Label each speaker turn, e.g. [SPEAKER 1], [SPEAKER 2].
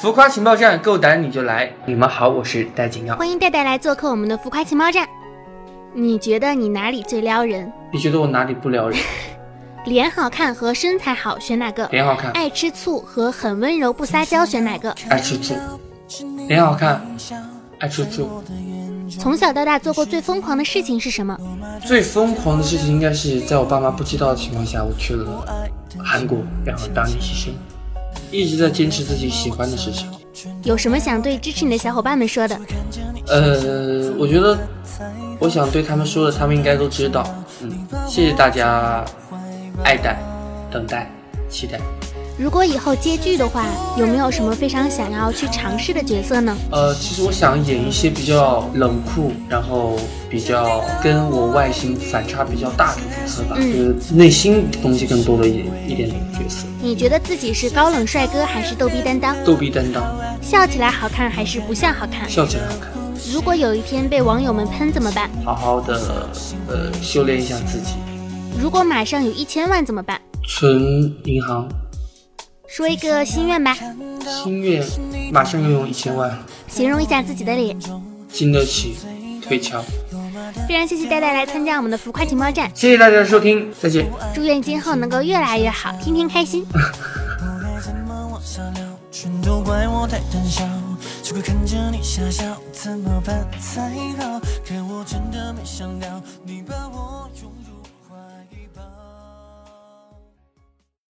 [SPEAKER 1] 浮夸情报站，够胆你就来！你们好，我是戴景耀。
[SPEAKER 2] 欢迎戴戴来做客我们的浮夸情报站。你觉得你哪里最撩人？
[SPEAKER 1] 你觉得我哪里不 撩人？
[SPEAKER 2] 脸好看和身材好选哪个？
[SPEAKER 1] 脸好看，
[SPEAKER 2] 爱吃醋和很温柔不撒娇选哪个？
[SPEAKER 1] 爱吃醋；脸好看，爱吃醋。
[SPEAKER 2] 从小到大做过最疯狂的事情是什么？
[SPEAKER 1] 最疯狂的事情应该是在我爸妈不知道的情况下，我去了韩国，然后当练习生，一直在坚持自己喜欢的事情。
[SPEAKER 2] 有什么想对支持你的小伙伴们说的？
[SPEAKER 1] 呃，我觉得我想对他们说的，他们应该都知道。嗯，谢谢大家，爱戴、等待、期待。
[SPEAKER 2] 如果以后接剧的话，有没有什么非常想要去尝试的角色呢？
[SPEAKER 1] 呃，其实我想演一些比较冷酷，然后比较跟我外形反差比较大的角色吧，
[SPEAKER 2] 嗯
[SPEAKER 1] 就是内心东西更多的一一点的角色，
[SPEAKER 2] 你觉得自己是高冷帅哥还是逗逼担当？
[SPEAKER 1] 逗逼担当，
[SPEAKER 2] 笑起来好看还是不笑好看？
[SPEAKER 1] 笑起来好看。
[SPEAKER 2] 如果有一天被网友们喷怎么办？
[SPEAKER 1] 好好的呃修炼一下自己，
[SPEAKER 2] 如果马上有一千万怎么办？
[SPEAKER 1] 存银行，
[SPEAKER 2] 说一个心愿吧，
[SPEAKER 1] 心愿马上拥有一千万，
[SPEAKER 2] 形容一下自己的脸。
[SPEAKER 1] 经得起推敲。
[SPEAKER 2] 非常谢谢戴戴来参加我们的浮夸情报站，
[SPEAKER 1] 谢谢大家的收听，再见。
[SPEAKER 2] 祝愿今后能够越来越好，天天开心。
[SPEAKER 3] 我该怎么往下聊？全都怪我太胆小，只会看着你傻笑，怎么办才好？可我真的没想到，你把我拥抱。